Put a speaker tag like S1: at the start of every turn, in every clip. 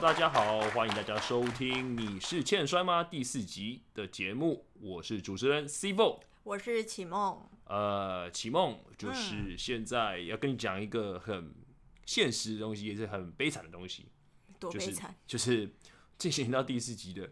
S1: 大家好，欢迎大家收听《你是欠摔吗》第四集的节目，我是主持人 C v o
S2: 我是启梦，
S1: 呃，启梦就是现在要跟你讲一个很现实的东西，也是很悲惨的东西，
S2: 多
S1: 就
S2: 悲
S1: 是
S2: 惨，
S1: 就是进行到第四集的，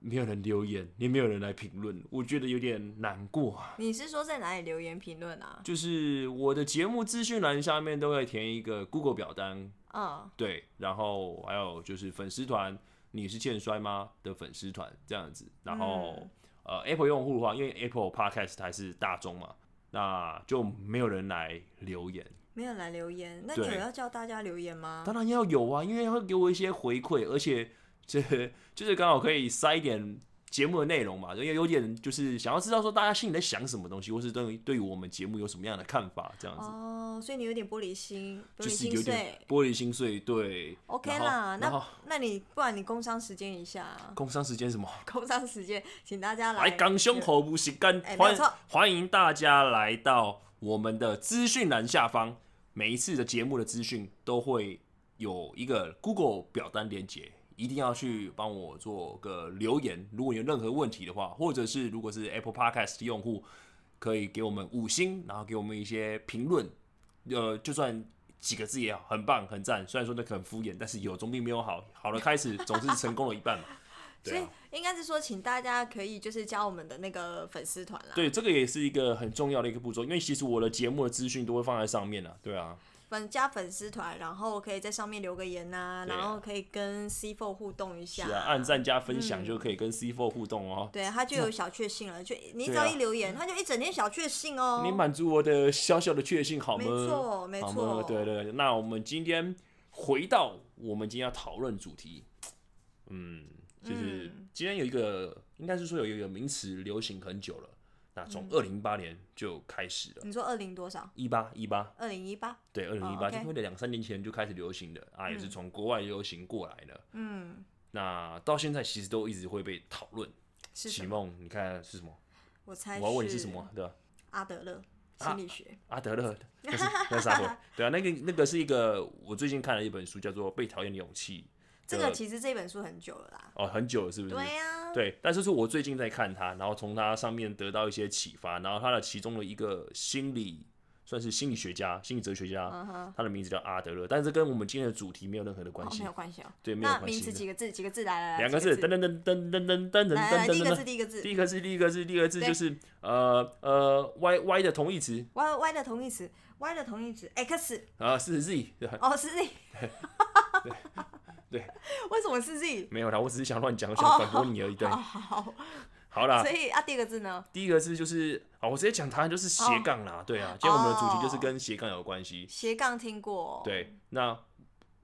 S1: 没有人留言，也没有人来评论，我觉得有点难过啊。
S2: 你是说在哪里留言评论啊？
S1: 就是我的节目资讯栏下面都会填一个 Google 表单，
S2: 嗯，
S1: 对，然后还有就是粉丝团，你是欠摔吗的粉丝团这样子，然后、
S2: 嗯
S1: 呃 Apple 用户的话，因为 Apple Podcast 还是大众嘛，那就没有人来留言。
S2: 没有来留言，那你
S1: 对
S2: 有要叫大家留言吗？
S1: 当然要有啊，因为会给我一些回馈，而且这 就是刚好可以塞一点节目的内容嘛，因为有点就是想要知道说大家心里在想什么东西，或是对于对于我们节目有什么样的看法这样子。
S2: 哦，所以你有点玻璃心，玻
S1: 就
S2: 璃
S1: 是
S2: 心
S1: 有点
S2: 碎。
S1: 玻璃心碎，对
S2: OK
S1: 然后
S2: 啦，
S1: 然
S2: 那
S1: 后
S2: 那你不然你工商时间一下啊，
S1: 工伤时间什么？
S2: 工商时间，请大家
S1: 来
S2: 来
S1: 港胸口不行干，
S2: 哎没
S1: 欢
S2: 有错
S1: 欢迎大家来到我们的资讯栏下方，每一次的节目的资讯都会有一个 Google 表单连接，一定要去帮我做个留言。如果有任何问题的话，或者是如果是 Apple Podcast 用户，可以给我们五星，然后给我们一些评论，呃，就算。几个字也好，很棒，很赞。虽然说那个很敷衍，但是有总比没有好。好的开始总是成功了一半嘛。
S2: 所
S1: 对
S2: 以
S1: 啊，
S2: 应该是说，请大家可以就是加我们的那个粉丝团啦。
S1: 对，这个也是一个很重要的一个步骤，因为其实我的节目的资讯都会放在上面啊，对啊，
S2: 粉加粉丝团，然后可以在上面留个言呐、
S1: 对啊
S2: 然后可以跟 C Four 互动一下，
S1: 是啊，按赞加分享就可以跟 C Four 互动哦。
S2: 嗯对，他就有小确幸了，就你只
S1: 对啊
S2: 要一留言，他就一整天小确幸哦。
S1: 你满足我的小小的确幸好吗？
S2: 没错没
S1: 好吗
S2: 错
S1: 对对对。那我们今天回到我们今天要讨论主题，嗯，就是今天有一个，应该是说有一个名词流行很久了，那
S2: 嗯
S1: 从二零一八年就开始了，
S2: 你说二零多少？
S1: 一八一八，
S2: 二零一八？
S1: 对，二零一
S2: 哦
S1: 八
S2: ，OK 嗯
S1: 就会两三年前就开始流行的啊，也是从国外流行过来的。嗯，那到现在其实都一直会被讨论。
S2: 是什
S1: 启
S2: 么？呃
S1: 梦，你看是什么？
S2: 我猜
S1: 我要问你是什？么，啊对吧？
S2: 阿德勒心理学。
S1: 阿德勒， 那是那是啥鬼？对啊，那个那个是一个我最近看了一本书，叫做《被讨厌的勇气》。
S2: 这个其实这本书很久了啦。
S1: 哦，很久了，是不是？
S2: 对啊呀、哦
S1: 对，但是是我最近在看它，然后从它上面得到一些启发，然后它的其中的一个心理算是心理学家、心理哲学家，
S2: 嗯
S1: 他的名字叫阿德勒，但是跟我们今天的主题没有任何的关
S2: 哦，
S1: 系
S2: 没有。关系哦。
S1: 对没有
S2: 那
S1: 关系
S2: 名词几个字？几个字？来来来，
S1: 两个
S2: 几
S1: 字，噔噔噔噔噔噔噔噔
S2: 来来来，
S1: 噔
S2: 第一个
S1: 噔
S2: 字，
S1: 噔。
S2: 第一个字
S1: 第一个字，第一个字，第一个字
S2: 对
S1: 就是呃呃，y y 的同义词
S2: ，y y 的同义词，y 的同义词，x
S1: 啊是 z，
S2: 哦 是 z，
S1: 对，
S2: 为什么是 z？
S1: 没有啦，我只是想乱讲，我想反驳你而已。对，
S2: 哦好，
S1: 好啦
S2: 所，以啊，第二个字呢？
S1: 第一个字就是啊，我直接讲答案就是
S2: 哦
S1: 斜杠啦，对啊，今天我们的主题就是跟斜杠有关系。
S2: 斜杠听过，，哦
S1: 对，那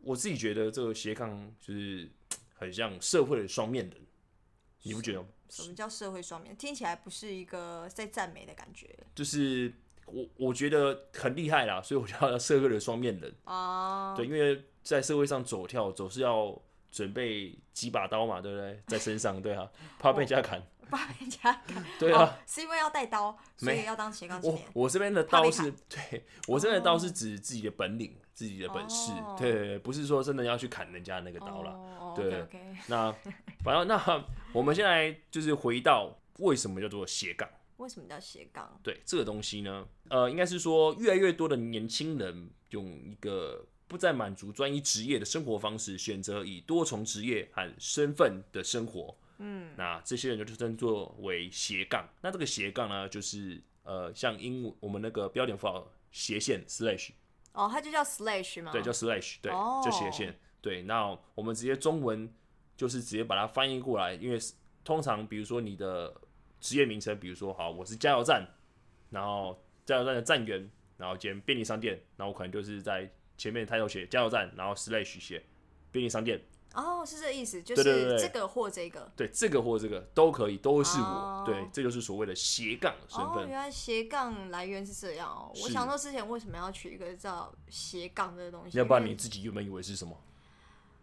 S1: 我自己觉得这个斜杠就是很像社会的双面人，你不觉得吗？
S2: 什么叫社会双面？听起来不是一个在赞美的感觉
S1: 就是我我觉得很厉害啦，所以我叫他社会的双面人。
S2: 哦。
S1: 对，因为在社会上走跳总是要准备几把刀嘛，对不对？在身上，对
S2: 哦
S1: 啊，怕被人家砍，
S2: 把人家砍，
S1: 对啊。
S2: 哦，是因为要带刀，所
S1: 没
S2: 以要当斜杠青
S1: 我
S2: 年。
S1: 我这边的
S2: 怕
S1: 刀
S2: 被
S1: 是， 对我这边的刀是指自己的本领、自己的本事，
S2: 哦
S1: 对对，对不是说真的要去砍人家那个刀啦。
S2: 哦
S1: 对
S2: o k
S1: 那反正那我们先来就是回到为什么叫做斜杠？
S2: 为什么叫斜杠？
S1: 对这个东西呢，呃，应该是说越来越多的年轻人用一个不再满足专一职业的生活方式，选择以多重职业和身份的生活。嗯，那这些人就称作为斜杠。那这个斜杠呢，就是呃，像英文我们那个标点符号斜线 slash，
S2: 哦，它就叫 slash 嘛。
S1: 对，叫 slash，对，
S2: 嗯哦
S1: 就斜线，对。那我们直接中文就是直接把它翻译过来，因为是通常比如说你的职业名称，比如说好，我是加油站，然后加油站的站员，然后兼便利商店，然后我可能就是在前面抬头写加油站，然后 slash 写便利商店，
S2: 哦，是这个意思，就
S1: 对对对
S2: 是
S1: 对
S2: 这个或这个。
S1: 对，这个或这个都可以，都是我，
S2: 哦
S1: 对，这就是所谓的斜杠身
S2: 哦，
S1: 份。
S2: 原来斜杠来源是这样哦。我
S1: 是
S2: 想说之前为什么要取一个叫斜杠这个东西？
S1: 要不然
S2: 因为
S1: 你自己原本以为是什么？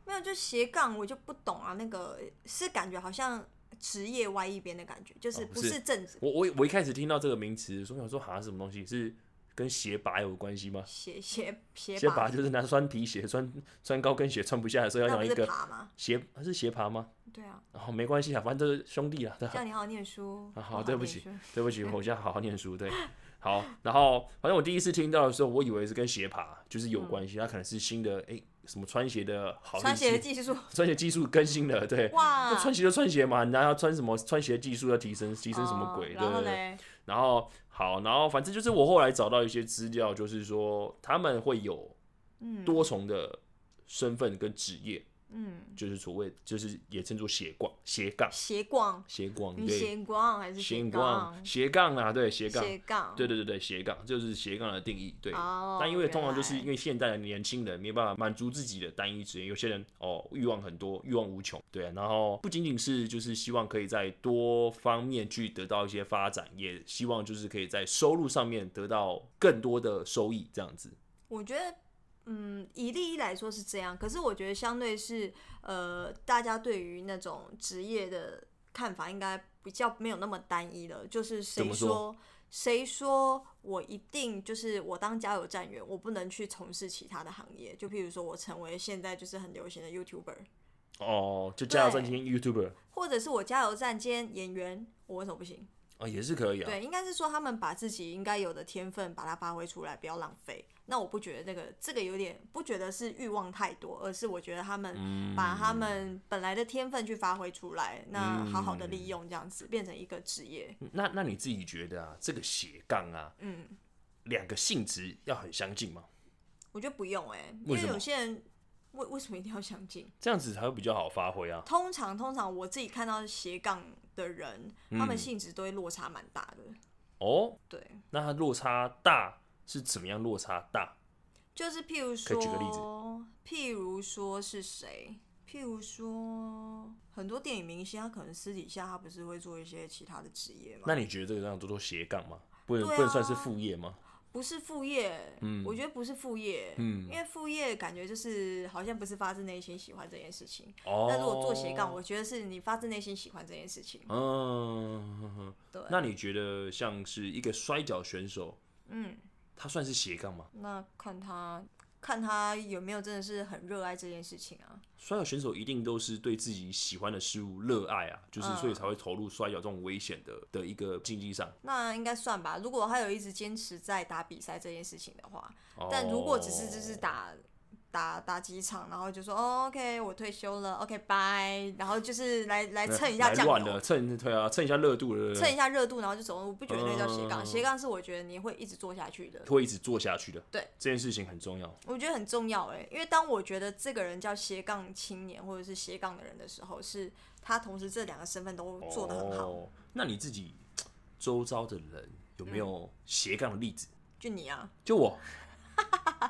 S2: 没有就斜杠，我就不懂啊。那个是感觉好像职业歪一边的感觉，就是
S1: 哦
S2: 不
S1: 是
S2: 是正职。
S1: 我我我一开始听到这个名词，说想说好像什么东西是跟鞋拔有关系吗？
S2: 鞋鞋鞋
S1: 鞋
S2: 拔
S1: 拔，就是拿穿皮鞋、穿穿高跟鞋穿不下的时候，要
S2: 那
S1: 拿
S2: 不
S1: 一
S2: 是
S1: 个
S2: 爬吗？
S1: 鞋是鞋拔吗？
S2: 对啊，
S1: 然后没关系啊，反正都是兄弟啊，对
S2: 叫你好好念书。
S1: 啊，
S2: 好
S1: 好，
S2: 好
S1: 对不
S2: 哦念
S1: 起
S2: 书，
S1: 对不起， 我现在好好念书，对，好，然后反正我第一次听到的时候，我以为是跟鞋爬就是有关系，它可能是新的，诶，什么穿鞋的好
S2: 嗯穿
S1: 日
S2: 鞋的
S1: 期
S2: 技术，
S1: 穿鞋技术更新了，对，
S2: 哇
S1: 那，穿鞋就穿鞋嘛，你哪要穿什么穿鞋技术要提升提升什么
S2: 哦
S1: 鬼？对
S2: 然后
S1: 对对。
S2: 嘞，
S1: 然后好，然后反正就是我后来找到一些资料，就是说他们会有
S2: 嗯
S1: 多重的身份跟职业，
S2: 嗯，
S1: 就是所谓就是也称作斜杠斜杠
S2: 斜杠，
S1: 斜杠
S2: 你
S1: 对
S2: 斜杠还是
S1: 斜
S2: 杠
S1: 杠？斜杠啊对斜杠
S2: 斜杠，
S1: 对对对对斜杠就是斜杠的定义对。
S2: 哦，
S1: 但因为通常就是
S2: 原
S1: 因
S2: 来
S1: 为现代的年轻人没办法满足自己的单一职业，有些人哦欲望很多，欲望无穷，对啊、然后不仅仅是就是希望可以在多方面去得到一些发展，也希望就是可以在收入上面得到更多的收益，这样子。
S2: 我觉得。嗯，以利益来说是这样，可是我觉得相对是，呃，大家对于那种职业的看法应该比较没有那么单一了。就是
S1: 怎
S2: 谁
S1: 么
S2: 说
S1: 说
S2: 谁说我一定就是我当加油站员，我不能去从事其他的行业？就譬如说我成为现在就是很流行的 YouTuber，
S1: 哦，就加油站今天 YouTuber
S2: 或者是我加油站兼演员，我为什么不行？
S1: 哦，也是可以啊。
S2: 对，应该是说他们把自己应该有的天分把它发挥出来，不要浪费。那我不觉得这个这个有点不觉得是欲望太多，而是我觉得他
S1: 嗯
S2: 们把他们本来的天分去发挥出来，那好好的
S1: 嗯
S2: 利用这样子变成一个职业。
S1: 那那你自己觉得啊，这个斜杠啊，
S2: 嗯，
S1: 两个性质要很相近吗？
S2: 我觉得不用哎、因
S1: 为
S2: 为
S1: 什么
S2: 有些人为为什么一定要相近？
S1: 这样子才会比较好发挥啊。
S2: 通常通常我自己看到斜杠的人，他
S1: 嗯
S2: 们性质都会落差蛮大的。
S1: 哦，
S2: 对，
S1: 那它落差大是怎么样落差大？
S2: 就是譬如
S1: 可
S2: 说，
S1: 以举个例子
S2: 譬如说是谁？譬如说，很多电影明星，他可能私底下他不是会做一些其他的职业吗？
S1: 那你觉得这个这样做做斜杠吗？不能、
S2: 对啊
S1: 不能算是副业吗？
S2: 不是副业，我觉得不是副业，
S1: 嗯
S2: 因为副业感觉就是好像不是发自内心喜欢这件事情。
S1: 哦，
S2: 但如果做斜杠，我觉得是你发自内心喜欢这件事情。
S1: 嗯，哼哼
S2: 对，
S1: 那你觉得像是一个摔跤选手，
S2: 嗯，
S1: 他算是斜杠吗？
S2: 那看他看他有没有真的是很热爱这件事情啊？
S1: 摔跤选手一定都是对自己喜欢的事物热爱啊，就是
S2: 嗯
S1: 所以才会投入摔跤这种危险的的一个竞技上。
S2: 那应该算吧。如果他有一直坚持在打比赛这件事情的话，
S1: 哦
S2: 但如果只是就是打打打几场，然后就说、哦、OK 我退休了，OK 拜，然后就是来来蹭一下
S1: 来
S2: 酱
S1: 乱
S2: 油
S1: 了，，蹭对啊，蹭一下热度了，
S2: 蹭一下热度，然后就走了。我不觉得那叫斜杠，
S1: 嗯
S2: 斜杠是我觉得你会一直做下去的，
S1: 会一直做下去的。
S2: 对，
S1: 这件事情很重要。
S2: 我觉得很重要哎、因为当我觉得这个人叫斜杠青年或者是斜杠的人的时候，是他同时这两个身份都做得很好。
S1: 哦。那你自己周遭的人有
S2: 嗯
S1: 没有斜杠的例子？
S2: 就你啊，
S1: 就 我，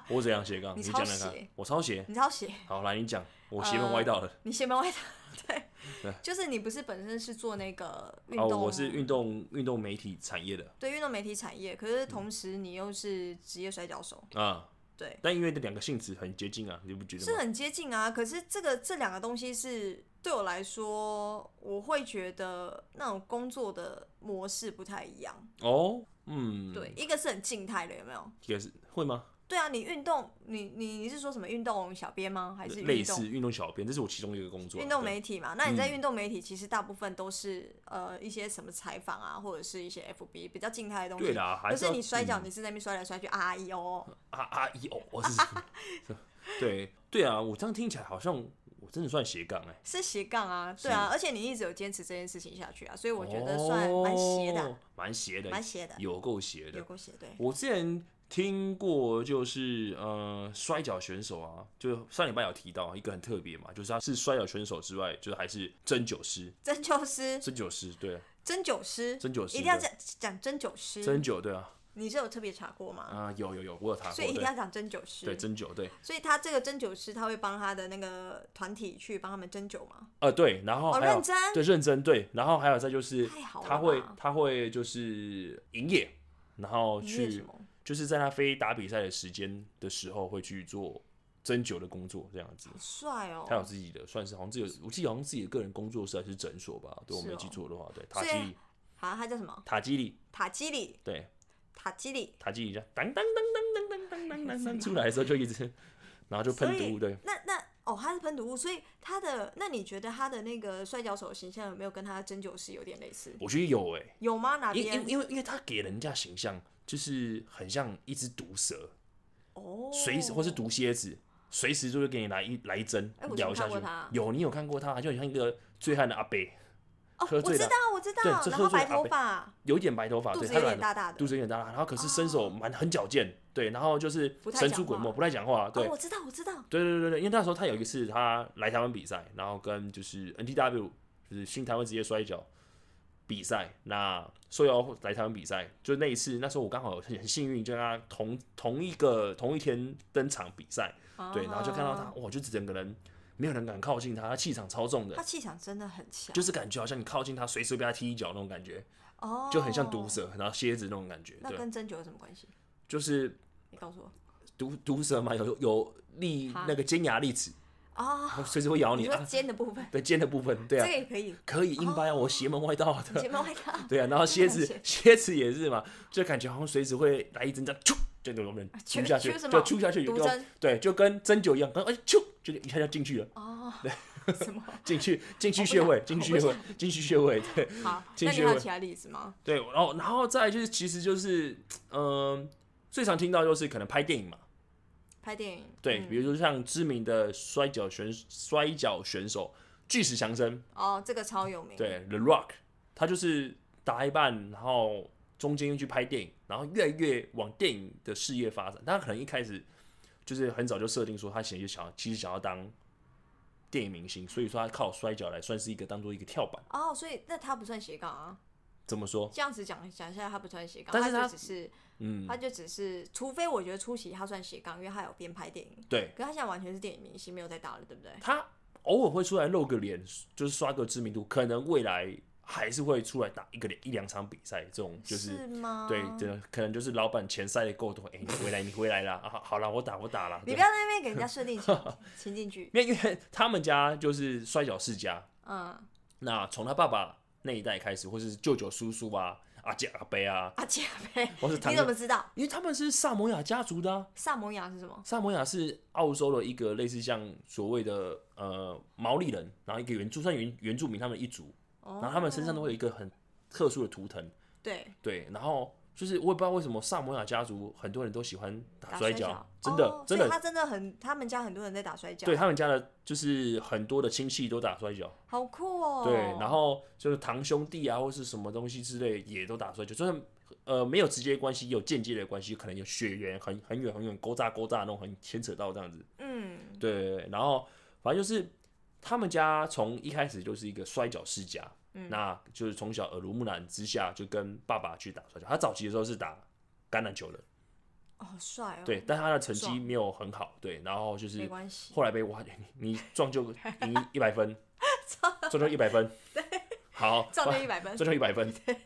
S1: 我怎样斜杠？
S2: 你
S1: 你
S2: 超
S1: 讲讲看
S2: 斜，
S1: 我超斜。
S2: 你知道斜，
S1: 好，来你讲，我邪门歪道了。
S2: 你斜门歪打， 对，
S1: 对
S2: 就是你不是本身是做那个呃运
S1: 哦，
S2: 动、
S1: 我是运动运动媒体产业的
S2: 对运动媒体产业，
S1: 嗯
S2: 可是同时你又是职业摔跤手，
S1: 啊，
S2: 对，
S1: 但因为这两个性质很接近啊，你不觉得
S2: 是
S1: 吗？
S2: 很接近啊。可是这个这两个东西是对我来说，我会觉得那种工作的模式不太一样。
S1: 哦，嗯，
S2: 对，，一个是很静态的，有没有？
S1: 也是会吗？
S2: 对啊，你运动，你你你是说什么运动小编吗？还是
S1: 类
S2: 运
S1: 似
S2: 动
S1: 运动小编，这是我其中一个工作啊。
S2: 运动
S1: 对
S2: 媒体嘛？那你在运动媒体其实大部分都是、呃一些什么采访啊，或者是一些 FB 比较静态的东西。
S1: 对啦，还
S2: 可
S1: 要
S2: 是你摔跤，
S1: 嗯
S2: 你是在那边摔来摔去啊咦哦，
S1: 啊啊一哦，我是 是对对啊，我这样听起来好像我真的算斜杠哎、
S2: 是斜杠啊，对啊，而且你一直有坚持这件事情下去啊，所以我觉得算
S1: 哦
S2: 蛮斜的啊，，
S1: 蛮斜的，
S2: 蛮斜的，
S1: 有够斜
S2: 有
S1: 的。
S2: 够斜对，
S1: 我之前听过，就是呃，摔跤选手啊，就上礼拜有提到一个很特别嘛，就是他是摔跤选手之外，就是还是针灸师，
S2: 针灸师，
S1: 针灸师对，啊
S2: 针灸师，
S1: 针灸师
S2: 一定要
S1: 对
S2: 讲讲针灸师，
S1: 针灸对啊，
S2: 你是有特别查过吗？
S1: 啊、有有有，我有查过，
S2: 所以一定
S1: 对
S2: 要讲针灸师
S1: 对，针灸对，
S2: 所以他这个针灸师他会帮他的那个团体去帮他们针灸嘛？
S1: 呃对，然后
S2: 哦，
S1: 还有、
S2: 认真，
S1: 对认真对，然后还有再就是
S2: 太好了
S1: 他会
S2: 吧
S1: 他会就是营业，然后
S2: 你为
S1: 去
S2: 什么？
S1: 就是在他非打比赛的时间的时候会去做针灸的工作，这样子。
S2: 好帅哦
S1: 他，有自己的，算是好像自己有，我记得好像自己的个人工作室还是诊所吧，对我
S2: 是
S1: 没
S2: 哦
S1: 记错的话，对塔
S2: 所以
S1: 基里，
S2: 好，他叫什么？
S1: 塔基里，
S2: 塔基里，
S1: 对，
S2: 塔基里。
S1: 塔基里就当当当当当当当当当出来的时候就一直，然后就
S2: 所
S1: 喷
S2: 以
S1: 毒，对，
S2: 那那哦，他是喷毒物，所以他的那你觉得他的那个摔跤手的形象有没有跟他的针灸师有点类似？
S1: 我觉得有哎、
S2: 有吗？哪
S1: 因因
S2: 边？
S1: 因为因为他给人家形象就是很像一只毒蛇，
S2: 哦，
S1: 随时或是毒蝎子，随时就会给你来一来一针
S2: 哎我，
S1: 咬
S2: 没
S1: 下
S2: 看
S1: 去
S2: 过他。
S1: 有你有看过他，就很像一个醉汉的阿伯，
S2: 哦，
S1: 喝
S2: 我
S1: 醉
S2: 知
S1: 了
S2: 道，我知道
S1: 对这，
S2: 然
S1: 喝
S2: 后
S1: 醉
S2: 白
S1: 的阿
S2: 头
S1: 伯
S2: 发，
S1: 有一点白头发，
S2: 肚
S1: 对，
S2: 子
S1: 他
S2: 有
S1: 染
S2: 点
S1: 了
S2: 大大的
S1: 肚子有点大大，然后可是身手蛮很矫健，对，然后就是
S2: 不太
S1: 神
S2: 讲
S1: 出鬼没，
S2: 话
S1: 不太讲话，对
S2: 哦，，我知道，我知道，
S1: 对对对对，因为那时候他有一次他来台湾比赛，然后跟就是 NTW 就是新台湾职业摔跤比赛，那受邀来台湾比赛，就那一次，那时候我刚好很很幸运，就跟他同同一个同一天登场比赛，对，然后就看到他
S2: 啊，，
S1: 哇，就整个人没有人敢靠近他，他气场超重
S2: 他
S1: 的，
S2: 气场真的很强，
S1: 就是感觉好像你靠近他，随时被他踢一脚那种感觉，
S2: 哦，
S1: 就很像毒。蛇，然后蝎子那种感觉，
S2: 那
S1: 对，
S2: 跟针灸有什么关系？
S1: 就是
S2: 你告诉我。
S1: 毒毒蛇嘛，有有利
S2: 哈
S1: 那个尖牙利齿，
S2: 哦，
S1: 随时会咬
S2: 你
S1: 你
S2: 说
S1: 啊，
S2: 尖的部分，
S1: 对尖的部分， 对啊
S2: 这个。哦也可以，
S1: 可以硬掰啊，我邪门歪道的。
S2: 前面外套。
S1: 对啊，然后蝎
S2: 真的
S1: 子
S2: 很
S1: 蝎子也是嘛，就感觉好像随时会来一针这样，啾，就那种人
S2: 啾
S1: 啾下去，
S2: 啾啊什么
S1: 就啾下去，有
S2: 毒
S1: 一种
S2: 针
S1: 对，就跟针灸一样，哎啾，就一下就进去了，
S2: 哦，什么？
S1: 进去进去
S2: 我不
S1: 穴位，
S2: 想
S1: 进
S2: 我
S1: 去
S2: 不
S1: 穴位，进去穴位，对
S2: 好，
S1: 进
S2: 那你
S1: 去
S2: 还有
S1: 问
S2: 其他例子吗？
S1: 对，然后然后再来就是其实就是嗯、最常听到就是可能拍电影嘛，
S2: 拍电影？
S1: 对，
S2: 嗯
S1: 比如说像知名的摔跤选摔跤选手巨石强森，
S2: 哦，这个超有名。，
S1: 对，The Rock，他就是打一半，然后中间又去拍电影，然后越来越往电影的事业发展。他可能一开始就是很早就设定说，他其实想要其实想要当电影明星，所以说他靠摔跤来算是一个当做一个跳板。
S2: 哦，所以那他不算斜杠啊。
S1: 怎么说？
S2: 这样子讲讲下来，他不算斜杠，
S1: 但是
S2: 他
S1: 他
S2: 就只是，
S1: 嗯，
S2: 他就只是，除非我觉得初期他算斜杠，因为他有边拍电影。
S1: 对
S2: 可他现在完全是电影明星，没有在打了，对不对？
S1: 他偶尔会出来露个脸，就是刷个知名度，可能未来还是会出来打一个一两场比赛，这种就是
S2: 吗？
S1: 对，真的可能就是老板钱塞的够多，哎、你回来，你回来啦， 啊，好好啦，我打，我打啦。
S2: 你
S1: 对
S2: 不要在那边给人家设定情情境剧。
S1: 因为因为 他们家就是摔跤世家，
S2: 嗯，
S1: 那从他爸爸那一代开始，或是舅舅、叔叔啊、阿姐、阿伯啊，
S2: 阿姐呗，
S1: 或是堂
S2: 你怎么知道
S1: 因为他们是萨摩亚家族的、啊，
S2: 萨摩亚是什么？
S1: 萨摩亚是澳洲的一个类似像所谓的呃毛利人，然后一个原住算原原住民他们一族，
S2: 哦
S1: 然后他们身上都会有一个很特殊的图腾，
S2: 对
S1: 对，然后就是我也不知道为什么萨摩亚家族很多人都喜欢打
S2: 打
S1: 摔
S2: 跤
S1: 跤，，真的、
S2: 哦
S1: 真
S2: 所以
S1: 的，
S2: 他真的很，他们家很多人在打摔跤，
S1: 对，他们家的就是很多的亲戚都打摔跤。
S2: 好酷哦。
S1: 对，然后就是堂兄弟啊，或是什么东西之类，也都打摔跤，就是呃没有直接关系，有间接的关系，可能有血缘很很远很远，勾扎勾扎那种，很牵扯到这样子。
S2: 嗯，
S1: 对对对，然后反正就是他们家从一开始就是一个摔跤世家，嗯、那就是从小耳濡目染之下，就跟爸爸去打摔跤。他早期的时候是打橄榄球的，
S2: 哦，好帅哦。
S1: 对，，但他的成绩
S2: 爽
S1: 没有很好，对，然后就是
S2: 没关系。
S1: 后来被挖， 你你撞就 赢一百分，撞就一百分，好，
S2: 照就一百分
S1: 撞。就一百分，对，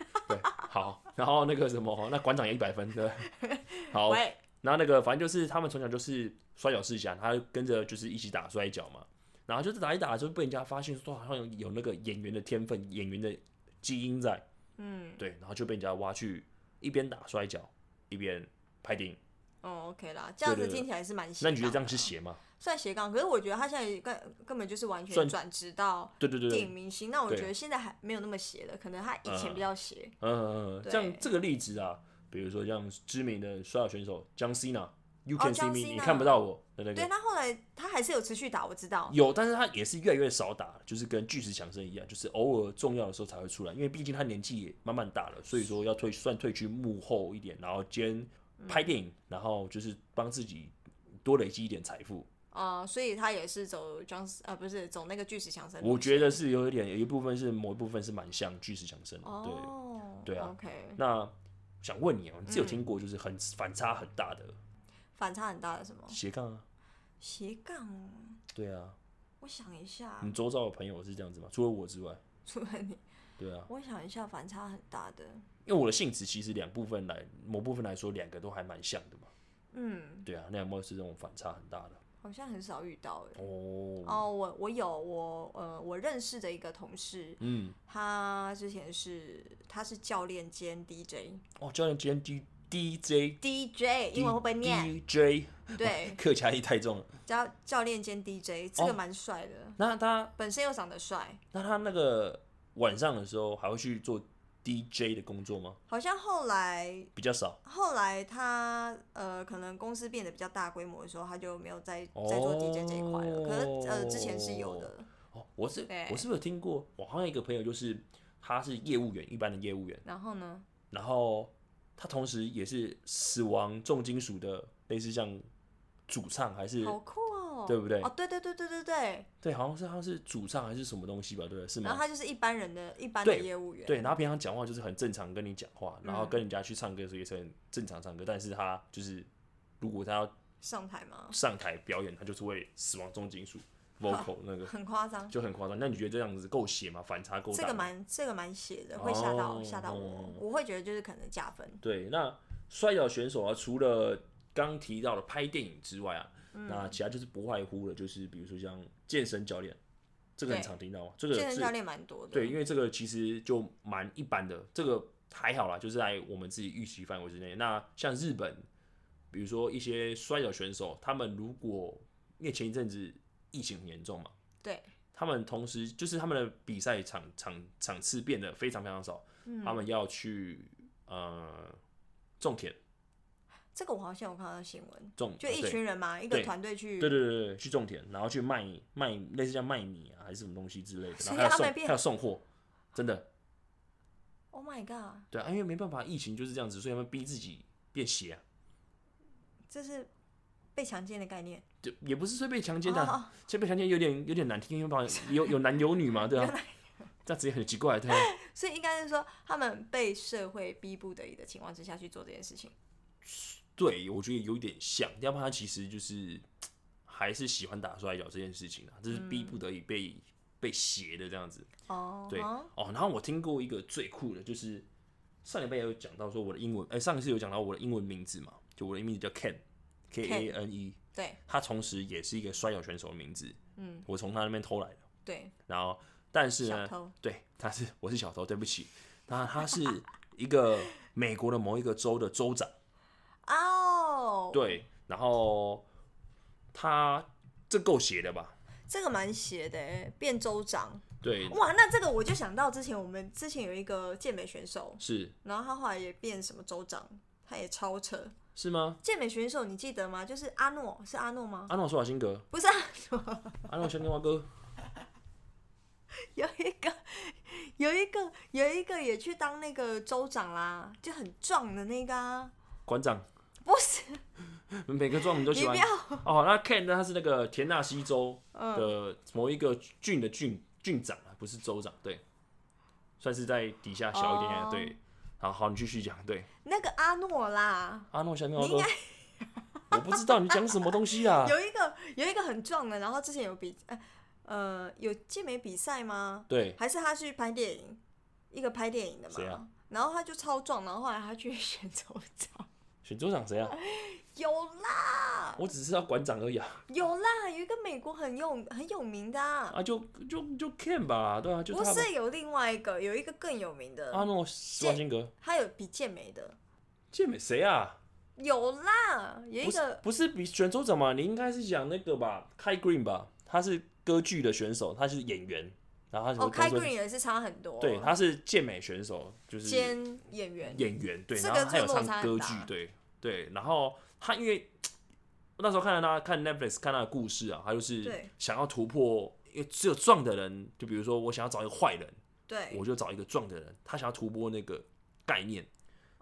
S1: 好，然后那个什么，那馆长也一百分，对， 好，
S2: 喂，
S1: 然后那个反正就是他们从小就是摔跤世家，他就跟着就是一起打摔跤嘛，然后就是打一打就被人家发现说好像有有那个演员的天分，演员的基因在，
S2: 嗯，
S1: 对，然后就被人家挖去一边打摔跤一边拍电影，
S2: 哦，OK 啦，这样
S1: 对
S2: 子
S1: 对
S2: 听起来是蛮斜
S1: 那
S2: 杠的。啊
S1: 你觉得这样是斜吗？
S2: 算斜杠？可是我觉得他现在根根本就是完全
S1: 算
S2: 转职到
S1: 对对对
S2: 电
S1: 对
S2: 影，明星。那我
S1: 对
S2: 觉得现在还没有那么斜了，可能他以前比较斜。
S1: 嗯，
S2: 对
S1: 像这个例子啊，比如说像知名的摔跤选手 John Cena，You
S2: 哦
S1: can see
S2: ，John
S1: me，
S2: Cena
S1: 你看不到我的那
S2: 对，
S1: 个
S2: 那后来他还是有持续打，我知道。
S1: 有，但是他也是越来越少打，就是跟巨石强森一样，就是偶尔重要的时候才会出来，因为毕竟他年纪也慢慢大了，所以说要退算退居幕后一点，然后兼拍电影，然后就是帮自己多累积一点财富。
S2: 啊、所以他也是走 j o 呃，不是走那个巨石强森路线。
S1: 我觉得是有一点，有一部分是某一部分是蛮像巨石强森的，对。
S2: 哦，
S1: 对啊
S2: OK，
S1: 那想问你哦，你是有听过就是很反差很大的
S2: 反差很大的什么
S1: 斜杠啊？
S2: 斜杠哦？
S1: 对啊，
S2: 我想一下，
S1: 你周遭的朋友是这样子吗？除了我之外，
S2: 除了你，
S1: 对啊，
S2: 我想一下，反差很大的，
S1: 因为我的性质其实两部分来，某部分来说，两个都还蛮像的嘛。
S2: 嗯，
S1: 对啊，那有没有是这种反差很大的？
S2: 好像很少遇到哎。
S1: 哦，
S2: 哦，我我有我呃，我认识的一个同事，
S1: 嗯，
S2: 他之前是他是教练兼 DJ，
S1: 哦，教练今天 D DJ
S2: DJ 英文会不会念？
S1: DJ
S2: 对，
S1: 客家音太重了。
S2: 教教练兼 DJ，这个
S1: 哦
S2: 蛮帅的，
S1: 那他
S2: 本身又长得帅，
S1: 那他那个晚上的时候还会去做 DJ 的工作吗？
S2: 好像后来
S1: 比较少。
S2: 后来他呃，可能公司变得比较大规模的时候，他就没有再
S1: 哦
S2: 再做 DJ 这一块了。可是呃，之前是有的，
S1: 哦，我是
S2: 对
S1: 我是不是有听过？我好像有一个朋友就是他是业务员，一般的业务员，
S2: 然后呢，
S1: 然后他同时也是死亡重金属的类似像主唱还是
S2: 好酷哦，
S1: 对不对
S2: 哦，对对对对对对。
S1: 对，好像是他是主唱还是什么东西吧？对不对，是
S2: 然后
S1: 吗？
S2: 他就是一般人的一般的业务员，
S1: 嗯对，然后平常讲话就是很正常跟你讲话，然后
S2: 嗯
S1: 跟人家去唱歌的时候也是很正常唱歌，但是他就是如果他要
S2: 上台嘛，
S1: 上台表演，他就是会死亡重金 属 vocal 那个
S2: 很夸张。
S1: 就很夸张。那你觉得这样子够写吗？反差够大
S2: 这
S1: 吗？
S2: 个蛮这个蛮写的，会吓到吓到我，
S1: 哦
S2: 我会觉得就是可能加分。
S1: 对，那摔跤选手啊，除了刚提到的拍电影之外啊，那
S2: 嗯
S1: 其他就是不外乎的，就是比如说像健身教练，这个很
S2: 对
S1: 常听到啊，这个
S2: 健身
S1: 是
S2: 教练蛮多的，
S1: 对，因为这个其实就蛮一般的，这个还好啦，就是在我们自己预期范围之内。那像日本，比如说一些摔跤选手，他们如果因为前一阵子疫情很严重嘛，
S2: 对
S1: 他们同时就是他们的比赛场场场次变得非常非常少，
S2: 嗯
S1: 他们要去呃种田
S2: 这个我好像有看到新闻，
S1: 种，
S2: 就一
S1: 啊对
S2: 群人嘛，一
S1: 对
S2: 个团队去，
S1: 对对对对，去种田，然后去卖卖类似像卖米啊还是什么东西之类的，然
S2: 所
S1: 后
S2: 以
S1: 还要
S2: 他
S1: 送
S2: 们
S1: 还
S2: 变
S1: 要送货，真的
S2: o h，Oh my god，
S1: 对啊，因为没办法，疫情就是这样子，所以他们逼自己变邪啊，
S2: 这是被强奸的概念，
S1: 就也不是说被强奸
S2: 哦
S1: 啊，这、被强奸有点有点难听，因为把有有男有女嘛，对啊
S2: 原来，
S1: 这样子也很奇怪，对啊，
S2: 所以应该是说他们被社会逼不得已的情况之下去做这件事情。
S1: 对，我觉得有点像，要不然他其实就是还是喜欢打摔跤这件事情啊，这是
S2: 嗯
S1: 逼不得已被、被邪的这样子，
S2: 哦，
S1: 对
S2: 哈
S1: 哦，然后我听过一个最酷的，就是上礼拜有讲到说我的英文，哎、上一次有讲到我的英文名字嘛，就我的名字叫 Ken，K A N E，
S2: 对
S1: 他同时也是一个摔跤选手的名字，嗯，我从他那边偷来的。
S2: 对，
S1: 然后，但是啊
S2: 小
S1: 呢，
S2: 偷
S1: 对，他是我是小偷，对不起，那他是一个美国的某一个州的州长，
S2: 哦，，
S1: 对，然后他这够邪的吧？
S2: 这个蛮邪的欸，变州长，
S1: 对，
S2: 哇，那这个我就想到之前我们之前有一个健美选手，
S1: 是
S2: 然后他后来也变什么州长，他也超扯。
S1: 是吗？
S2: 健美选手你记得吗？就是阿诺，是阿诺吗？
S1: 阿诺施瓦辛格，
S2: 不是啊阿诺，
S1: 阿诺肖金华哥，
S2: 有一个，有一个，有一个也去当那个州长啦，就很壮的那个啊，
S1: 馆长，
S2: 不是，
S1: 每个庄你都
S2: 你
S1: 喜
S2: 不
S1: 欢
S2: 要，
S1: 哦。那 Ken 呢？他是那个田纳西州
S2: 嗯
S1: 的某一个郡的郡郡长啊，不是州长，对，算是在底下小一点点的，
S2: 哦
S1: 对。好好，你继续讲，对。
S2: 那个阿诺啦，
S1: 阿诺小妙哥， 我不知道你讲什么东西啊？
S2: 有一个有一个很壮的，然后之前有比，呃，呃有健美比赛吗？
S1: 对，
S2: 还是他去拍电影，一个拍电影的
S1: 谁
S2: 嘛。
S1: 啊
S2: 然后他就超壮，然后后来他去选州长，
S1: 选州长谁啊？啊
S2: 有啦
S1: 我只知道馆长而已啊，
S2: 有啦，有一个美国很有很有名的、啊，
S1: 啊就就就 Ken 吧，对啊，就
S2: 不
S1: 他吧。啊
S2: 是有另外一个，有一个更有名的，
S1: 阿诺施瓦辛格，
S2: 他有比健美的，
S1: 健美谁啊？
S2: 有啦，有一
S1: 不是
S2: 个哦
S1: 不是比选州长嘛？你应该是讲那个吧，Kai Green 吧？他是歌剧的选手，他是演员，然后他
S2: 哦，开
S1: 工作
S2: Green 也是差很多，
S1: 对，他是健美选手，就是
S2: 兼演员，
S1: 演员，对，
S2: 这
S1: 然
S2: 个
S1: 后他有
S2: 就落差
S1: 唱
S2: 很
S1: 歌
S2: 大
S1: 剧，对对，然后他因为我那时候看到他看 Netflix 看他的故事啊，他就是
S2: 对
S1: 想要突破，因为只有壮的人，就比如说我想要找一个坏人，
S2: 对
S1: 我，就找一个壮的人，他想要突破那个概念，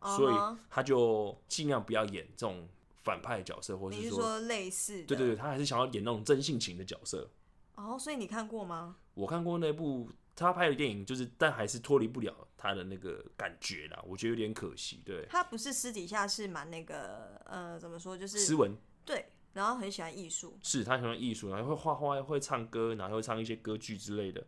S1: 所
S2: 嗯
S1: 以
S2: 哼
S1: 他就尽量不要演这种反派的角色，或
S2: 你
S1: 是
S2: 是说类似的，
S1: 对对对，他还是想要演那种真性情的角色。
S2: 哦，所以你看过吗？
S1: 我看过那部他拍的电影，就是但还是脱离不了他的那个感觉啦，我觉得有点可惜。对，
S2: 他不是私底下是蛮那个，呃，怎么说，就
S1: 斯
S2: 是
S1: 文
S2: 对，然后很喜欢艺术。
S1: 是他喜欢艺术，然后会画画，会唱歌，然后会唱一些歌剧之类的。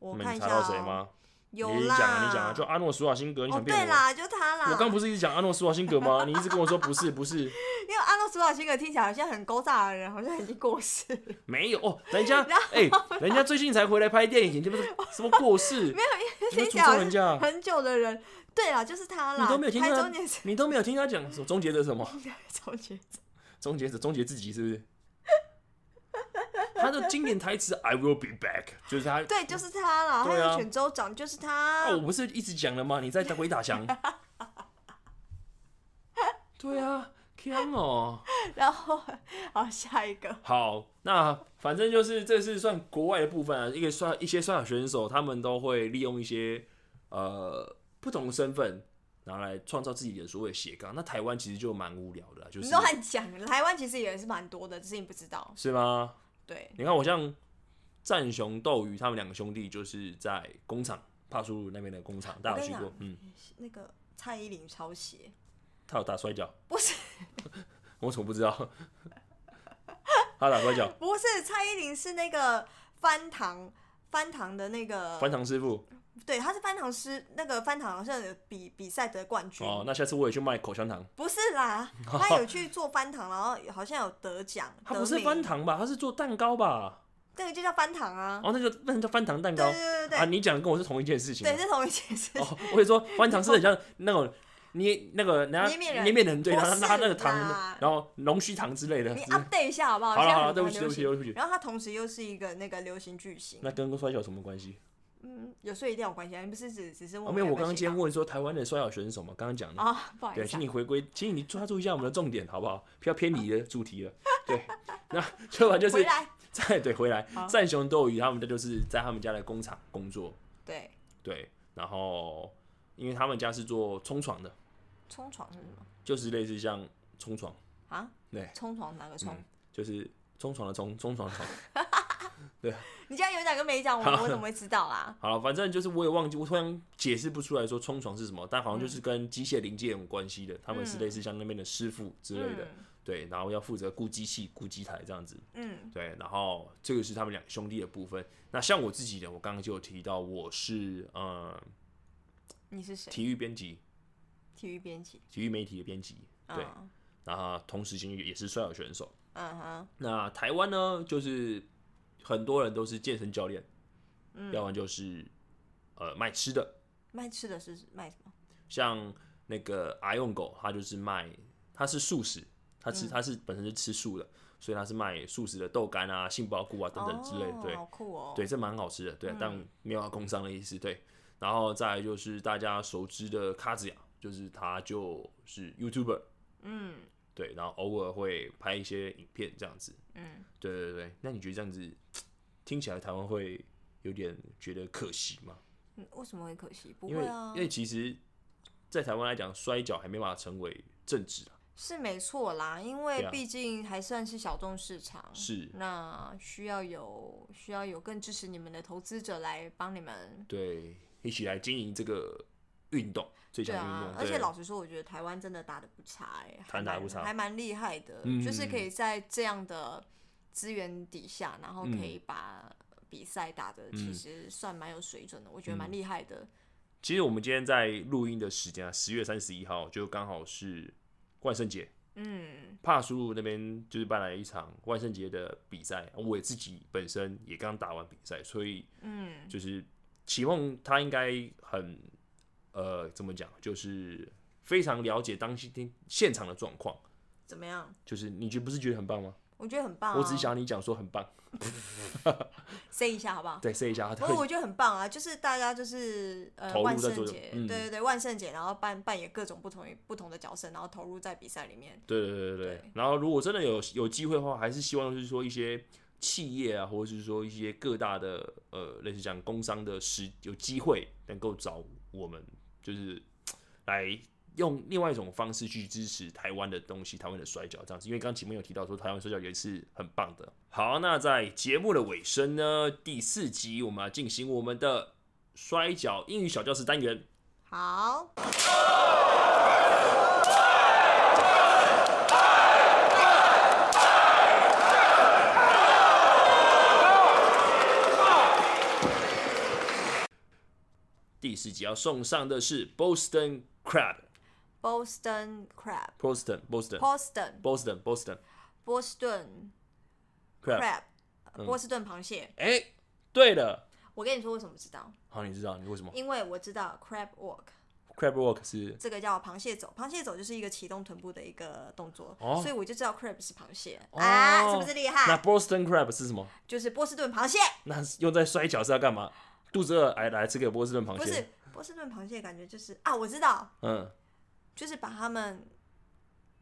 S2: 我
S1: 你们
S2: 看一
S1: 查
S2: 下、
S1: 到
S2: 哦，
S1: 谁？吗？
S2: 有啦，
S1: 你讲啊，你讲啊，就阿诺·施瓦辛格，你
S2: 哦，
S1: 想骗
S2: 对
S1: 我？
S2: 啦，就他啦。
S1: 我刚不是一直讲阿诺·施瓦辛格吗？你一直跟我说不是，不是，
S2: 因为阿诺·主导性格听起来好像很勾诈的人，好像已经过世了。
S1: 没有哦，人 家哎、人家最近才回来拍电影，你不是什么过 世？没有，
S2: 听
S1: 诅
S2: 起来
S1: 咒
S2: 好
S1: 人家啊
S2: 像，很久的人，对啦，就是他啦。
S1: 你都没有听
S2: 台
S1: 他
S2: 中年是，
S1: 你都没有听他讲什么终结者什么
S2: 周杰伦
S1: 终结者终结自己是不是？他的经典台词 “I will be back”，就是他。
S2: 对，就是他啦。还
S1: 对啊
S2: 有选州长就是他
S1: 啊，我，不是一直讲了吗？你在鬼打 墙。对啊，强哦。
S2: 然后好下一个，
S1: 好，那反正就是这是算国外的部分啊，一个算一些摔跤选手，他们都会利用一些呃不同的身份，然后来创造自己的所谓的斜杠。那台湾其实就蛮无聊的啦，就是
S2: 你乱讲。台湾其实也是蛮多的，只是你不知道。
S1: 是吗？
S2: 对，
S1: 你看我像战雄斗鱼他们两个兄弟，就是在工厂帕苏鲁那边的工厂，大家有去
S2: 我跟
S1: 过
S2: 你？
S1: 嗯，
S2: 那个蔡依林抄袭，
S1: 他有打摔跤，
S2: 不是
S1: 我怎么不知道？ 他打摔跤，
S2: 不是蔡依林是那个翻糖翻糖的那个
S1: 翻糖师傅
S2: 对，他是翻糖师，那个翻糖好像有比比赛得冠军。
S1: 哦，那下次我也去卖口香糖。
S2: 不是啦，他有去做翻糖，然后好像有得奖，
S1: 他不是
S2: 得名
S1: 翻，糖吧？他是做蛋糕吧？
S2: 那个就叫翻糖啊。
S1: 哦，那个那叫翻糖蛋
S2: 对
S1: 糕
S2: 对对对
S1: 啊！你讲的跟我是同一件事情啊
S2: 对，。是同一件事情。
S1: 哦，我也说翻糖是很像那种捏那个人家
S2: 捏面人
S1: 捏面人对，
S2: 不
S1: 然后拿
S2: 是
S1: 那个糖
S2: 啦，
S1: 然后龙须糖之类的。
S2: 你
S1: 是
S2: update 一下好不好？
S1: 好了
S2: 现在
S1: 好了，
S2: 很
S1: 对不
S2: 多
S1: 起
S2: 流
S1: 对不起
S2: 行
S1: 对不起。
S2: 然后他同时又是一个那个流行巨星，
S1: 那跟摔跤有什么关系？
S2: 嗯，有所以一定有关系啊。你不是只只是问
S1: 哦，没有，
S2: 要
S1: 我
S2: 不要
S1: 刚刚
S2: 写
S1: 今
S2: 到
S1: 天问说台湾的摔跤选手嘛，刚刚讲的。
S2: 啊，不好
S1: 对，
S2: 意思
S1: 请
S2: 啊，
S1: 你回归，请你抓住一下我们的重点，好不好？不要偏离了主题 了。对，那说完就是
S2: 回来。
S1: 再对回来
S2: 好，
S1: 战雄斗鱼他们家就是在他们家的工厂工作，
S2: 对，
S1: 对，然后因为他们家是做冲床的，
S2: 冲床是什么
S1: 就是类似像冲床，
S2: 啊？
S1: 对，
S2: 冲床哪个冲？
S1: 嗯就是冲床的冲，冲床的 床。
S2: 你竟然有哪个没讲， 我我怎么会知道啊啦？
S1: 好了，反正就是我也忘记，我突然解释不出来说冲床是什么，但好像就是跟机械零件有关系的，他们
S2: 嗯
S1: 是类似像那边的师傅之类的，对，然后要负责顾机器、顾机台这样子，
S2: 嗯，
S1: 对，然后这个是他们两兄弟的部分。那像我自己的，我刚刚就有提到，我是呃
S2: 你是谁？
S1: 体育编辑，
S2: 体育编辑。
S1: 体育媒体的编辑，对，
S2: 嗯
S1: 然后同时间也是摔跤选手。
S2: 嗯哼，
S1: 那台湾呢，就是很多人都是健身教练，
S2: 嗯
S1: 要不然就是呃卖吃的，
S2: 卖吃的是卖什么？
S1: 像那个阿用狗，他就是卖，他是素食，他
S2: 嗯
S1: 吃他是本身是吃素的，所以他是卖素食的豆干啊、杏鲍菇啊等等之类的，
S2: 哦
S1: 对
S2: 好酷哦。
S1: 对，这蛮好吃的，对，但
S2: 嗯
S1: 没有要工伤的意思，对。然后再来就是大家熟知的卡子雅，就是他就是 YouTuber，
S2: 嗯，
S1: 对，然后偶尔会拍一些影片这样子。
S2: 嗯，
S1: 对对对。那你觉得这样子听起来台湾会有点觉得可惜吗？
S2: 嗯，为什么会可惜？不
S1: 因为、
S2: 会啊
S1: 因，为其实，在台湾来讲，摔跤还没办法成为正职啊。
S2: 是没错啦，因
S1: 对
S2: 为
S1: 啊
S2: 毕竟还算是小众市场，
S1: 是
S2: 嗯那需要有需要有更支持你们的投资者来帮你们。
S1: 对，一起来经营这个运动，最
S2: 对
S1: 强运
S2: 啊
S1: 动。，
S2: 而且
S1: 对
S2: 老实说，我觉得台湾真的打的不差哎、
S1: 台
S2: 还
S1: 湾打得不
S2: 蛮
S1: 差
S2: 还蛮厉害的，
S1: 嗯
S2: 就是可以在这样的资源底下，然后可以
S1: 嗯
S2: 把比赛打的其实算蛮有水准的，我觉得蛮
S1: 嗯
S2: 厉害的。
S1: 其实我们今天在录音的时间啊，十月三十一号就刚好是万圣节。
S2: 嗯，
S1: 帕苏路那边就是办来一场万圣节的比赛，我也自己本身也刚打完比赛，所以嗯，就是启梦他应该很呃怎么讲，就是非常了解当天现场的状况。
S2: 怎么样？
S1: 就是你觉不是觉得很棒吗？
S2: 我觉得很棒、啊。
S1: 我只是想要你讲说很棒，
S2: say 一下好不好？
S1: 对，说一下
S2: 不
S1: 他
S2: 过我觉得很棒啊，就是大家就是呃
S1: 投入
S2: 万
S1: 在
S2: 圣
S1: 做的
S2: 节，
S1: 嗯
S2: 对对对，万圣节，然后扮扮演各种不同不同的角色，然后投入在比赛里面。
S1: 对对对对对
S2: 对。
S1: 然后如果真的有有机会的话，还是希望就是说一些企业啊，或者是说一些各大的呃类似像工商的时有机会能够找我们，就是嘖来。用另外一种方式去支持台湾的东西，台湾的摔跤这样子，因为刚刚前面有提到说台湾摔跤也是很棒的。好，那在节目的尾声呢，第四集我们要进行我们的摔跤英语小教室单元。
S2: 好，
S1: 第四集要送上的是 Boston Crab
S2: Boston crab、
S1: Boston Boston
S2: Boston、
S1: Boston Boston
S2: 波士顿
S1: crab。嗯
S2: crab、波呃士顿螃蟹。
S1: 哎、对了，
S2: 我跟你说为什么知道？
S1: 好，你知道你为什么
S2: 因为我知道 crab walk
S1: crab walk 是
S2: 这个叫螃蟹走，螃蟹走就是一个启动臀部的一个动作，
S1: 哦
S2: 所以我就知道 crab 是螃蟹、
S1: 哦
S2: 啊，是不是厉
S1: 那
S2: 害？
S1: Boston crab 是什么？
S2: 就是波士顿螃蟹，
S1: 那是用在摔跤是要干嘛？肚子饿，来来吃个波士顿螃
S2: 不
S1: 蟹
S2: 是。波士顿螃蟹，感觉就是啊，我知道，
S1: 嗯，
S2: 就是把它们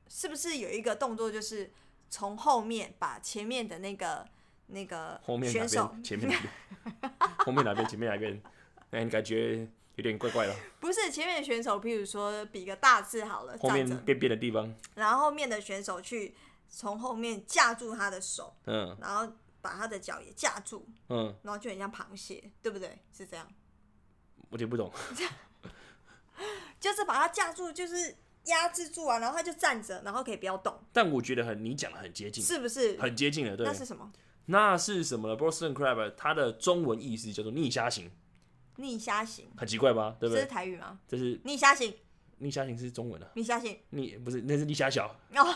S2: 是不是有一个动作，就是从后面把前面的那个那个
S1: 后面哪
S2: 选手
S1: 边？前面哪边？ 后面哪边？前面哪边？哎、你感觉有点怪怪 的。
S2: 不是前面的选手，譬如说比个大字好了，
S1: 后
S2: 站着
S1: 面，便便的地方，
S2: 然后后面的选手去从后面架住他的手，
S1: 嗯
S2: 然后把他的脚也架住，
S1: 嗯，
S2: 然后就很像螃蟹，对不对？是这样，
S1: 我听不懂。
S2: 就是把他架住，就是压制住啊，然后他就站着，然后可以不要动，
S1: 但我觉得很，你讲的很接近，
S2: 是不是？
S1: 很接近了。嗯对
S2: 那，是什么？
S1: 那是什么呢？Boston crab 它的中文意思叫做逆虾型，
S2: 逆虾型，
S1: 很奇怪吧？对不
S2: 这是
S1: 对？
S2: 台语吗？
S1: 这是
S2: 逆虾型，
S1: 逆虾型是中文的、啊，
S2: 逆虾型。
S1: 逆不是那是逆虾小，
S2: 哦，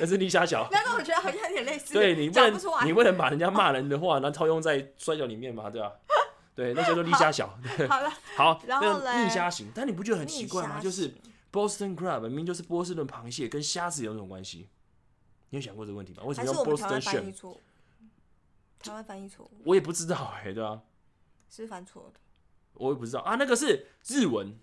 S1: 那是逆虾小。
S2: 但是我觉得好像有点类似，
S1: 对你不
S2: 讲不出
S1: 能
S2: 来
S1: 你。不能把人家骂人的话，然后套用在摔跤里面嘛，对吧、对，那叫做逆虾小。对
S2: 好了，
S1: 好，
S2: 然后
S1: 那
S2: 嘞
S1: 逆虾型，但你不觉得很奇怪吗？
S2: 逆虾
S1: 就
S2: 型
S1: 是 Boston crab 明明就是波士顿螃蟹，跟虾子有什么关系？你有想过这个问题吗？为什
S2: 还
S1: 么
S2: 是
S1: 用
S2: 我们台
S1: Boston
S2: 湾翻译
S1: shrimp？
S2: 错误？台湾翻译错误
S1: 我也不知道哎、对吧、啊？
S2: 是翻错的
S1: 我也不知道啊，那个是日文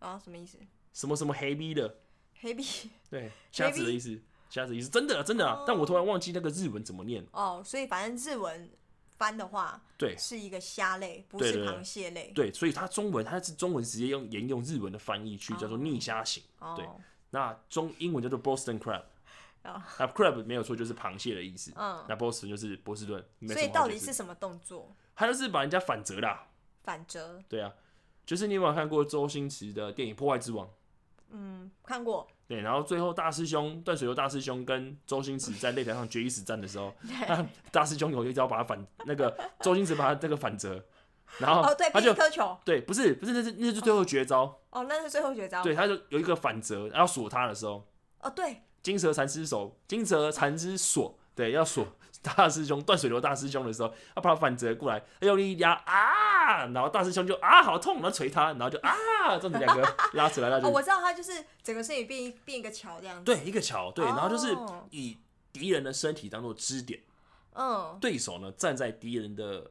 S2: 啊？什么意思？
S1: 什么什么黑逼的，
S2: 黑币
S1: 对，虾子的意思，虾子的意思，真的真的、啊
S2: 哦
S1: 但我突然忘记那个日文怎么念，
S2: 哦，所以反正日文翻的话
S1: 对
S2: 是一个虾类，不
S1: 对
S2: 是
S1: 对对
S2: 螃蟹类。
S1: 对，所以它中文它是中文直接用沿用日文的翻译去叫做逆虾型，对，
S2: 哦，
S1: 那中英文叫做 Boston crab，
S2: 哦
S1: 那 crab 没有错就是螃蟹的意思，
S2: 嗯，
S1: 那 Boston 就是波士顿，没
S2: 所
S1: 什
S2: 以
S1: 么好
S2: 到
S1: 解
S2: 底
S1: 释
S2: 是什么动作？
S1: 他就是把人家反折啦、
S2: 反折，
S1: 对啊，就是你有没有看过周星驰的电影《破坏之王》？
S2: 嗯，看过，
S1: 对，然后最后大师兄断水流大师兄跟周星驰在擂台上决一死战的时 候，那大师兄有一招把他反那个周星驰把他那个反折， 然后
S2: 哦，对，
S1: 他
S2: 乒
S1: 就、
S2: 一颗球，
S1: 对，不是不是，那是那是最后绝招，
S2: 哦，那是最后绝招，
S1: 对，他就有一个反折，然后锁他的时候，
S2: 哦，对，
S1: 金蛇缠丝手，金蛇缠丝锁，对，要锁 大师兄断水流大师兄的时候，他把他反折过来，他用力一压啊，然后大师兄就啊好痛，然后捶他，然后就啊，这样子两 个拉扯来拉
S2: 哦，
S1: 去，
S2: 我知道他就是整个身体变一变一个桥这样子。
S1: 对，一个桥，对，然后就是
S2: 哦
S1: 以敌人的身体当做支点，
S2: 嗯，
S1: 对手呢站在敌人的，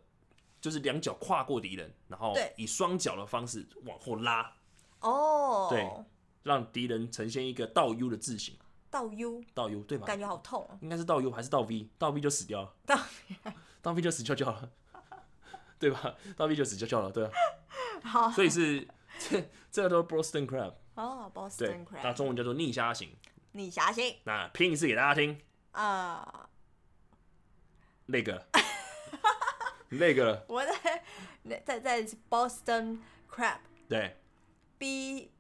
S1: 就是两脚跨过敌人，然后
S2: 对
S1: 以双脚的方式往后拉，
S2: 哦，
S1: 对，让敌人呈现一个倒 U 的字形，
S2: 倒 U
S1: 倒 U 对吧？
S2: 感觉好痛哦，
S1: 应该是倒 U 还是倒 V？倒 V 就死掉了，
S2: 倒
S1: 倒 V 就死翘翘了， 对吧？倒 V 就死翘翘了，对啊，
S2: 好，
S1: 所以是 这这都是 Boston crab，
S2: 哦，Boston
S1: 对，那
S2: crab，
S1: 中文叫做逆虾型，
S2: 你侠心
S1: 那拼一次给大家听，
S2: 啊！
S1: 那 个那个
S2: 我在 在在 Boston crab
S1: 对，
S2: B，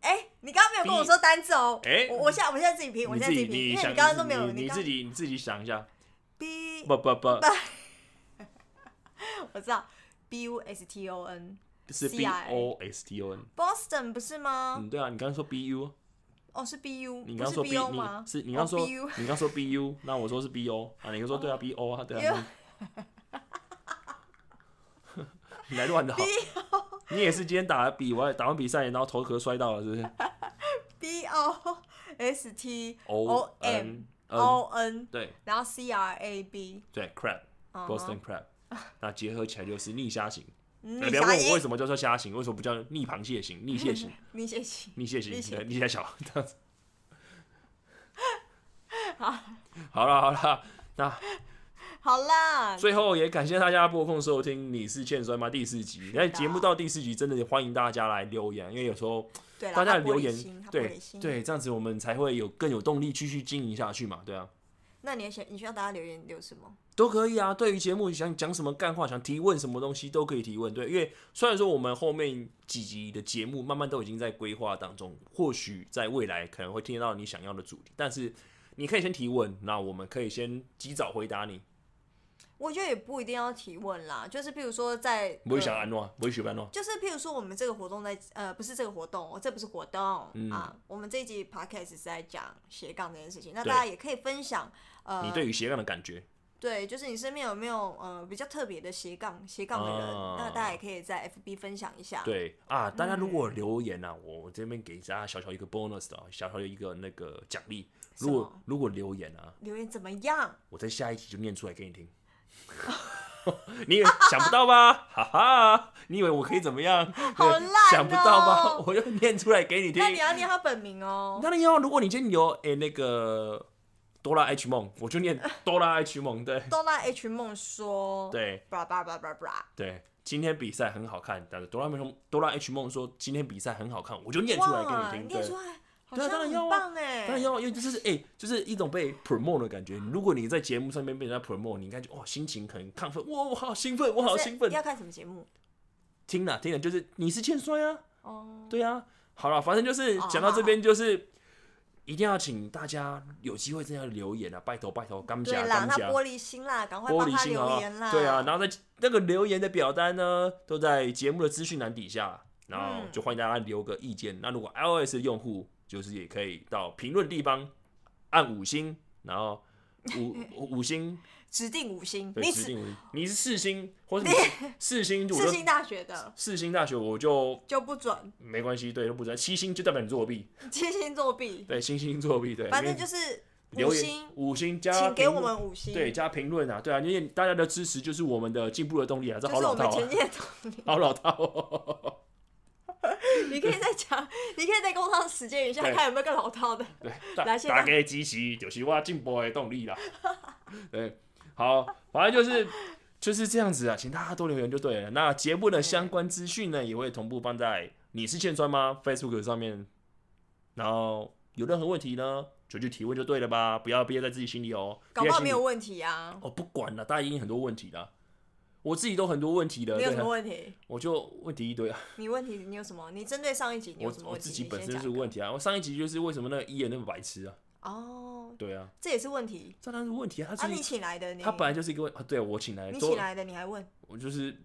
S2: 哎、你刚刚没有跟我说单字哦，
S1: 哎
S2: 我我现在我现在自己拼，我
S1: 你
S2: 现在
S1: 自己
S2: 自己拼，因为
S1: 想
S2: 你刚刚都没有，
S1: 你你
S2: 刚
S1: 自己你自己想一下，
S2: B，
S1: 不不不，
S2: 我知道 B U S T O N
S1: 是
S2: C
S1: B
S2: I
S1: O S T O N，
S2: Boston 不是吗？
S1: 嗯，对啊，你刚刚说 B U，
S2: 哦，是 B U，
S1: 你刚
S2: 不
S1: 刚
S2: 是
S1: 说
S2: B O
S1: 你
S2: 吗？
S1: 是你刚刚说
S2: 哦 B U，哦
S1: 你刚刚说 B U，那我说是 B O 啊，你刚说对啊 B O 啊，对啊。
S2: 因
S1: 你来乱的好，你也是今天打比完打完比赛，然后头壳摔到了，是不 是
S2: B O S T
S1: ？O
S2: M
S1: N N，
S2: O N，
S1: 对
S2: 然后 C R A B，
S1: 对，crab，Boston
S2: 嗯
S1: crab，那结合起来就是逆虾型。
S2: 你
S1: 哎不要问我为
S2: 侠
S1: 什么叫做虾型，为什么不叫逆螃蟹型、逆蟹型、
S2: 你写信，
S1: 逆蟹型
S2: 逆、蟹
S1: 对逆蟹小这 样子。好，好了好了，那
S2: 好啦，
S1: 最后也感谢大家拨空收听《你是欠摔吗》第四集。那节目到第四集，真的欢迎大家来留言，因为有时候
S2: 对啦
S1: 大家
S2: 他
S1: 的
S2: 玻
S1: 留
S2: 璃
S1: 言
S2: 心，他玻璃
S1: 对
S2: 心，
S1: 对，这样子我们才会有更有动力继续经营下去嘛，对啊，
S2: 那你想你需要大家留言留什么？
S1: 都可以啊。对于节目想讲什么干话，想提问什么东西都可以提问，对，因为虽然说我们后面几集的节目慢慢都已经在规划当中，或许在未来可能会听到你想要的主题，但是你可以先提问，那我们可以先及早回答你。
S2: 我觉得也不一定要提问啦，就是譬如说在，
S1: 不会
S2: 呃
S1: 想啊安诺，不会喜欢安诺，
S2: 就是譬如说我们这个活动在呃不是这个活动，这不是活动、
S1: 嗯
S2: 啊，我们这一集 podcast 是在讲斜杠这件事情，那
S1: 对
S2: 大家也可以分享呃
S1: 你对于斜杠的感觉，
S2: 对，就是你身边有没有呃比较特别的斜杠斜杠的人？
S1: 啊
S2: 那大家也可以在 FB 分享一下。
S1: 对啊，大家如果
S2: 嗯
S1: 留言啊，我我这边给大家小小一个 bonus 的啊，小小的一个那个奖励。如
S2: 什
S1: 果
S2: 么
S1: 如果留言啊，
S2: 留言怎么样？
S1: 我在下一集就念出来给你听。 你也想不到吧？哈哈，你以为我可以怎么样？
S2: 好烂哦
S1: 想不到吧？ 我就念出来给你听
S2: 那。你要念他本名哦。
S1: 当然要，如果你今天有诶、那个哆啦 H 梦，我就 念哆啦 H 梦。对
S2: 哆啦 H 梦说，
S1: 对
S2: ，bra bra bra bra bra，
S1: 对，今天比赛很好看，但是哆啦 H 梦哆啦 H 梦说今天比赛很好看，我就念出来
S2: 哇，
S1: 给你听。
S2: 念
S1: 对
S2: 出。来，好
S1: 对啊
S2: 像
S1: 当然
S2: 很
S1: 要啊
S2: 棒哎，
S1: 当然要，因为就是哎、就是一种被 promote 的感觉。如果你在节目上面被人家 promote，你应该就哦，心情很亢奋，哇，我好兴奋，我好
S2: 是
S1: 兴奋。
S2: 要看什么节目？
S1: 听了听了，啊就是你是欠摔啊，
S2: 哦，
S1: 对啊。好了，反正就是
S2: 哦
S1: 讲到这边，就是一定要请大家有机会这样留言啊，拜托拜托，啊干
S2: 对
S1: 夹
S2: 啦，
S1: 干
S2: 那
S1: 夹。
S2: 玻璃心啦，赶快
S1: 玻
S2: 帮
S1: 璃
S2: 他
S1: 心
S2: 留
S1: 啊
S2: 言啦。，
S1: 对啊，然后在那个留言的表单呢，都在节目的资讯栏底下，
S2: 嗯
S1: 然后就欢迎大家留个意见。那如果 iOS 用户，就是也可以到评论地方按五星，然后 五五五星，
S2: 指定五星，
S1: 对，
S2: 你
S1: 指
S2: 指
S1: 定五星，你是四星，或是你是四星，我
S2: 世
S1: 就
S2: 新大学的
S1: 四星大学我就
S2: 就不准，
S1: 没关系，对，都不知道七星就代表你作弊，
S2: 七星作弊，
S1: 对，星星作弊，对，
S2: 反正
S1: 因为
S2: 就是五
S1: 留言
S2: 星，
S1: 五星加
S2: 请给
S1: 评
S2: 我
S1: 论
S2: 们五星，
S1: 对，加评论啊，对啊，因为大家的支持就是我们的进步的动力啊，这
S2: 就
S1: 好
S2: 是我
S1: 老套啊
S2: 们前。进的动力。
S1: 好老套、哦。
S2: 你可以再 讲，你可以再工商实践一下，
S1: 对
S2: 看有没有更老套的。
S1: 对，
S2: 来
S1: 大
S2: 现在
S1: 大家支持就是我进步的动力啦。 对，好，反正就是就是这样子啊，请大家多留言就对了。那节目的相关资讯呢，也会同步放在你是欠酸吗 Facebook 上面。然后有任何问题呢，就去提问就对了吧，不要憋在自己心里哦。
S2: 搞
S1: 憋在
S2: 不好
S1: 心里
S2: 没有问题啊，
S1: 哦，不管了，大家一定很多问题的。我自己都很多问题的，
S2: 你有
S1: 对
S2: 什么
S1: 啊，
S2: 问题？
S1: 我就问题一堆啊。
S2: 你问题你有什么？你针对上一集你有
S1: 我
S2: 什么
S1: 我
S2: 问题？
S1: 自己
S2: 你
S1: 本
S2: 先
S1: 身
S2: 讲
S1: 是问题啊。我上一集就是为什么那个伊人那么白痴啊？
S2: 哦，
S1: 对啊，
S2: 这也是问题
S1: 这当然是问题啊，他
S2: 啊！
S1: 是一、
S2: 你请来的你，
S1: 他本来就是一个问啊，对我请来
S2: 你
S1: 周
S2: 请，来的你还问
S1: 我就是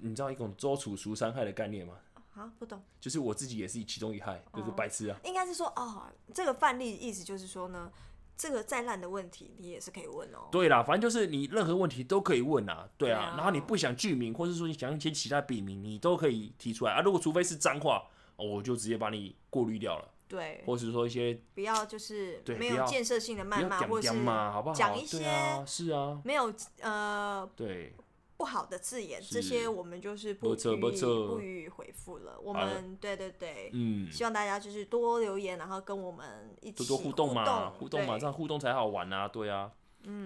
S1: 你知道一种周处除三害的概念吗？
S2: 啊？不懂，
S1: 就是我自己也是其中一
S2: 哦
S1: 害，就是白痴啊，
S2: 应该是说哦，这个范例意思就是说呢，这个再烂的问题你也是可以问哦。
S1: 对啦，反正就是你任何问题都可以问啊，对
S2: 对
S1: 啊
S2: 啊，
S1: 然后你不想具名，或者说你想一些其他笔名，你都可以提出来啊。如果除非是脏话，哦我就直接把你过滤掉了，
S2: 对，
S1: 或是说一些
S2: 不要就是
S1: 对
S2: 没
S1: 不
S2: 有
S1: 要
S2: 建设性的
S1: 不
S2: 谩
S1: 要
S2: 骂，
S1: 讲
S2: 或是
S1: 讲嘛，好不好？
S2: 讲一
S1: 对
S2: 些
S1: 啊，是啊，
S2: 没有呃
S1: 对，
S2: 不好的字眼，
S1: 是
S2: 这些我们就是不
S1: 没错
S2: 予
S1: 没错
S2: 不予回复了。我
S1: 好的
S2: 们对对对，
S1: 嗯。
S2: 希望大家就是多留言，然后跟我们一起
S1: 多多互动嘛，互动嘛，
S2: 对
S1: 这样互动才好玩啊，对啊，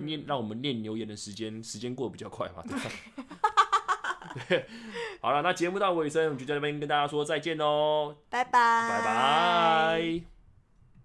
S1: 念、让我们念留言的时间，时间过得比较快嘛，对吧？ 对好了，那节目到尾声，我们就在这边跟大家说再见喽，
S2: 拜拜，
S1: 拜拜。